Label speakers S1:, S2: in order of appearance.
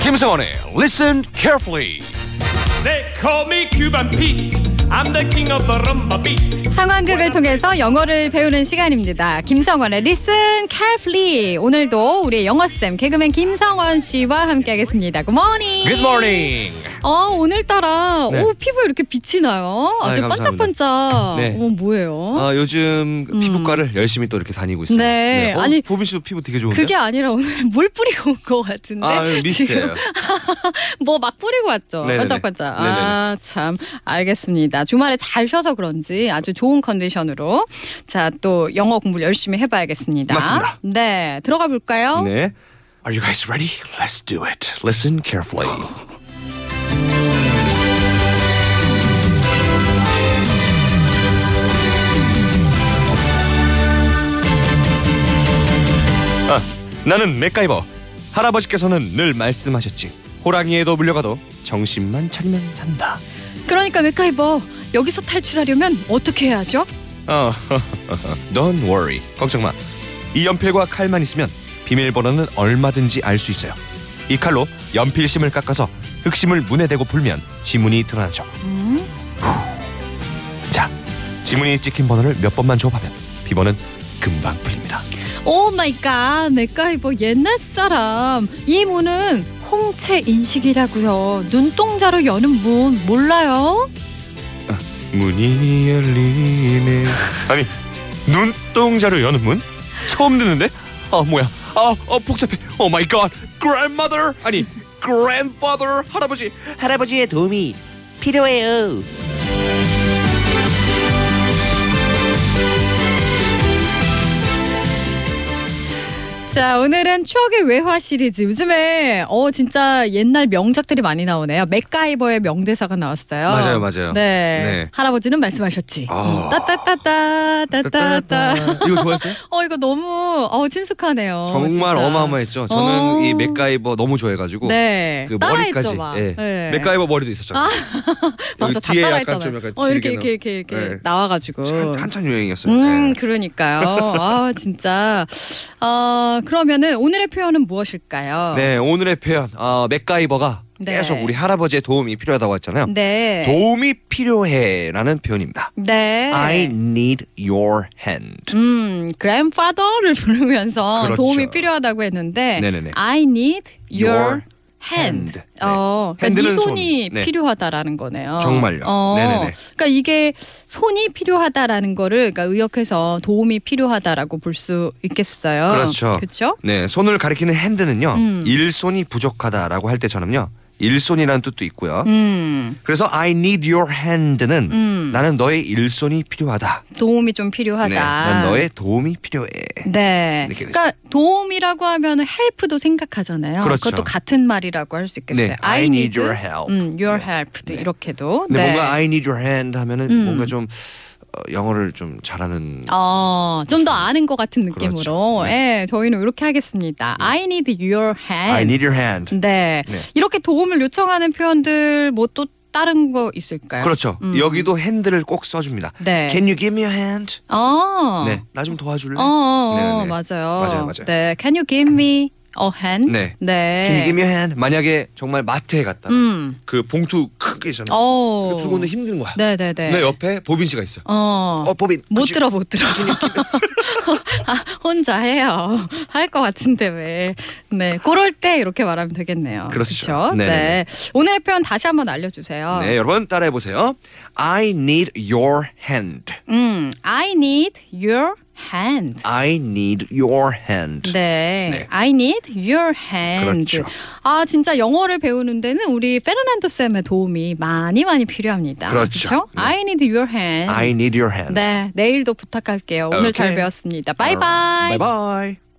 S1: 김성원의 Listen Carefully.
S2: They call me Cuban Pete. I'm the king of the rumba beat.
S3: 상황극을 통해서 영어를 배우는 시간입니다. 김성원의 Listen Carefully. 오늘도 우리 영어쌤 개그맨 김성원 씨와 함께하겠습니다. Good morning.
S1: Good morning.
S3: 어, 오늘따라
S4: 네.
S3: 오, 피부에 이렇게 빛이 나요.
S4: 아,
S3: 아주
S4: 감사합니다.
S3: 반짝반짝.
S4: 네.
S3: 어, 뭐예요?
S4: 아, 요즘 피부과를 열심히 또 이렇게 다니고 있어요.
S3: 네, 아니,
S4: 아니 보빈 씨도 피부 되게 좋은데.
S3: 그게 아니라 오늘 뭘 뿌리고 온 것 같은데
S4: 아, 미스예요.
S3: 뭐 막 뿌리고 왔죠.
S4: 네네네.
S3: 반짝반짝. 아, 참. 알겠습니다. 주말에 잘 쉬어서 그런지 아주 좋은 컨디션으로 자, 또 영어 공부를 열심히 해 봐야겠습니다.
S4: 맞습니다.
S3: 네. 들어가 볼까요?
S4: 네.
S1: Are you guys ready? Let's do it. Listen carefully.
S4: 아, 나는 맥가이버. 할아버지께서는 늘 말씀하셨지. 호랑이에도 물려가도 정신만 차리면 산다.
S3: 그러니까 맥가이버 여기서 탈출하려면 어떻게 해야 하죠?
S4: 어, don't worry. 걱정 마. 이 연필과 칼만 있으면 비밀번호는 얼마든지 알 수 있어요. 이 칼로 연필심을 깎아서 흑심을 문에 대고 풀면 지문이 드러나죠. 후. 자, 지문이 찍힌 번호를 몇 번만 줘봐면 비번은 금방 풀립니다.
S3: 오 마이 갓. Oh 맥가이버 옛날 사람. 이 문은 홍채 인식이라고요. 눈동자로 여는 문 몰라요?
S4: 문이 열리네. 아니, 눈동자로 여는 문? 처음 듣는데? 아, 뭐야? 아, 어, 복잡해. 오 마이 갓. grandmother. 아니, grandfather. 할아버지.
S5: 할아버지의 도움이 필요해요.
S3: 자, 오늘은 추억의 외화 시리즈. 요즘에 어 진짜 옛날 명작들이 많이 나오네요. 맥가이버의 명대사가 나왔어요.
S4: 맞아요, 맞아요.
S3: 네.
S4: 네.
S3: 할아버지는 말씀하셨지.
S4: 아.
S3: 따따따따 따따따.
S4: 이거 좋아했어요?
S3: 어 이거 너무 어 친숙하네요.
S4: 정말
S3: 진짜.
S4: 어마어마했죠. 저는
S3: 어.
S4: 이 맥가이버 너무 좋아해가지고
S3: 네.
S4: 그
S3: 따라했죠,
S4: 머리까지.
S3: 막.
S4: 예.
S3: 네.
S4: 맥가이버 머리도 있었잖아요.
S3: 맞아, 다
S4: 뒤에 약간
S3: 따라했잖아요.
S4: 좀 약간
S3: 어 이렇게 이렇게
S4: 길게
S3: 이렇게 이렇게
S4: 네.
S3: 나와가지고.
S4: 한, 한참 유행이었어요.
S3: 음,
S4: 예.
S3: 그러니까요. 아, 진짜. 아, 그러면은 오늘의 표현은 무엇일까요?
S4: 네 오늘의 표현 어, 맥가이버가
S3: 네.
S4: 계속 우리 할아버지의 도움이 필요하다고 했잖아요.
S3: 네.
S4: 도움이 필요해라는 표현입니다.
S3: 네.
S4: I need your hand.
S3: 음, grandfather를 부르면서
S4: 그렇죠.
S3: 도움이 필요하다고 했는데
S4: 네네네.
S3: I need your
S4: Your
S3: hand.
S4: hand. 네.
S3: 어, 그러니까 네
S4: 핸드는
S3: 손이
S4: 손. 네.
S3: 필요하다라는 거네요.
S4: 정말요.
S3: 어,
S4: 네네네.
S3: 그러니까 이게 손이 필요하다라는 거를 그러니까 의역해서 도움이 필요하다라고 볼 수 있겠어요.
S4: 그렇죠.
S3: 그렇죠?
S4: 네 손을 가리키는 핸드는요
S3: 음.
S4: 일손이 부족하다라고 할 때처럼요 일손이라는 뜻도 있고요.
S3: 음.
S4: 그래서 I need your hand는
S3: 음.
S4: 나는 너의 일손이 필요하다.
S3: 도움이 좀
S4: 네,
S3: 필요하다.
S4: 난 너의 도움이 필요해.
S3: 네.
S4: 이렇게
S3: 그러니까 도움이라고 하면 헬프도 생각하잖아요.
S4: 그렇죠.
S3: 것도 같은 말이라고 할 수 있겠어요.
S4: 네, I need your help.
S3: 음, your
S4: 네.
S3: help도
S4: 네.
S3: 이렇게도.
S4: 근데 뭔가 I need your hand 하면은
S3: 음.
S4: 뭔가 좀 어, 영어를 좀 잘하는
S3: 어, 좀 더 아는 것 같은 느낌으로.
S4: 그렇죠. 네.
S3: 예, 저희는 이렇게 하겠습니다. I need your hand.
S4: I need your hand.
S3: 네.
S4: 네.
S3: 이렇게 도움을 요청하는 표현들 뭐 또 다른 거 있을까요?
S4: 그렇죠.
S3: 음.
S4: 여기도 핸드를 꼭 써줍니다.
S3: 네.
S4: Can you give me your hand?
S3: 어.
S4: 네, 나 좀 도와줄래?
S3: 어, 어, 어,
S4: 네네네.
S3: 맞아요.
S4: 맞아요, 맞아요.
S3: 네. Can you give me a hand?
S4: 네.
S3: 네.
S4: Can you give me your hand? 만약에 정말 마트에 갔다
S3: 음.
S4: 그 봉투 크게 있잖아요.
S3: 어.
S4: 이거 들고 오는 그 힘든 거야.
S3: 네, 네, 네.
S4: 내 옆에 보빈 씨가 있어.
S3: 어.
S4: 어, 보빈.
S3: 못
S4: could you-
S3: 들어 못 들어. 아, 혼자 해요. 할 것 같은데 왜? 네, 그럴 때 이렇게 말하면 되겠네요.
S4: 그렇죠.
S3: 그쵸? 네,
S4: 네네네.
S3: 오늘의 표현 다시 한번 알려주세요.
S4: 네, 여러분 따라해 보세요. I need your hand.
S3: 음, I need your hand.
S4: I need your hand.
S3: 네.
S4: 아, 네.
S3: I need your hand.
S4: 그렇죠.
S3: 아, 진짜 영어를 배우는 데는 우리 페르난도 쌤의 도움이 많이 많이 필요합니다.
S4: 그렇죠.
S3: 그쵸?
S4: 네.
S3: I need your hand.
S4: I need your hand.
S3: 네, 내일도 부탁할게요. 오늘 잘
S4: 오케이.
S3: 배웠습니다. 바이바이.
S4: 바이바이.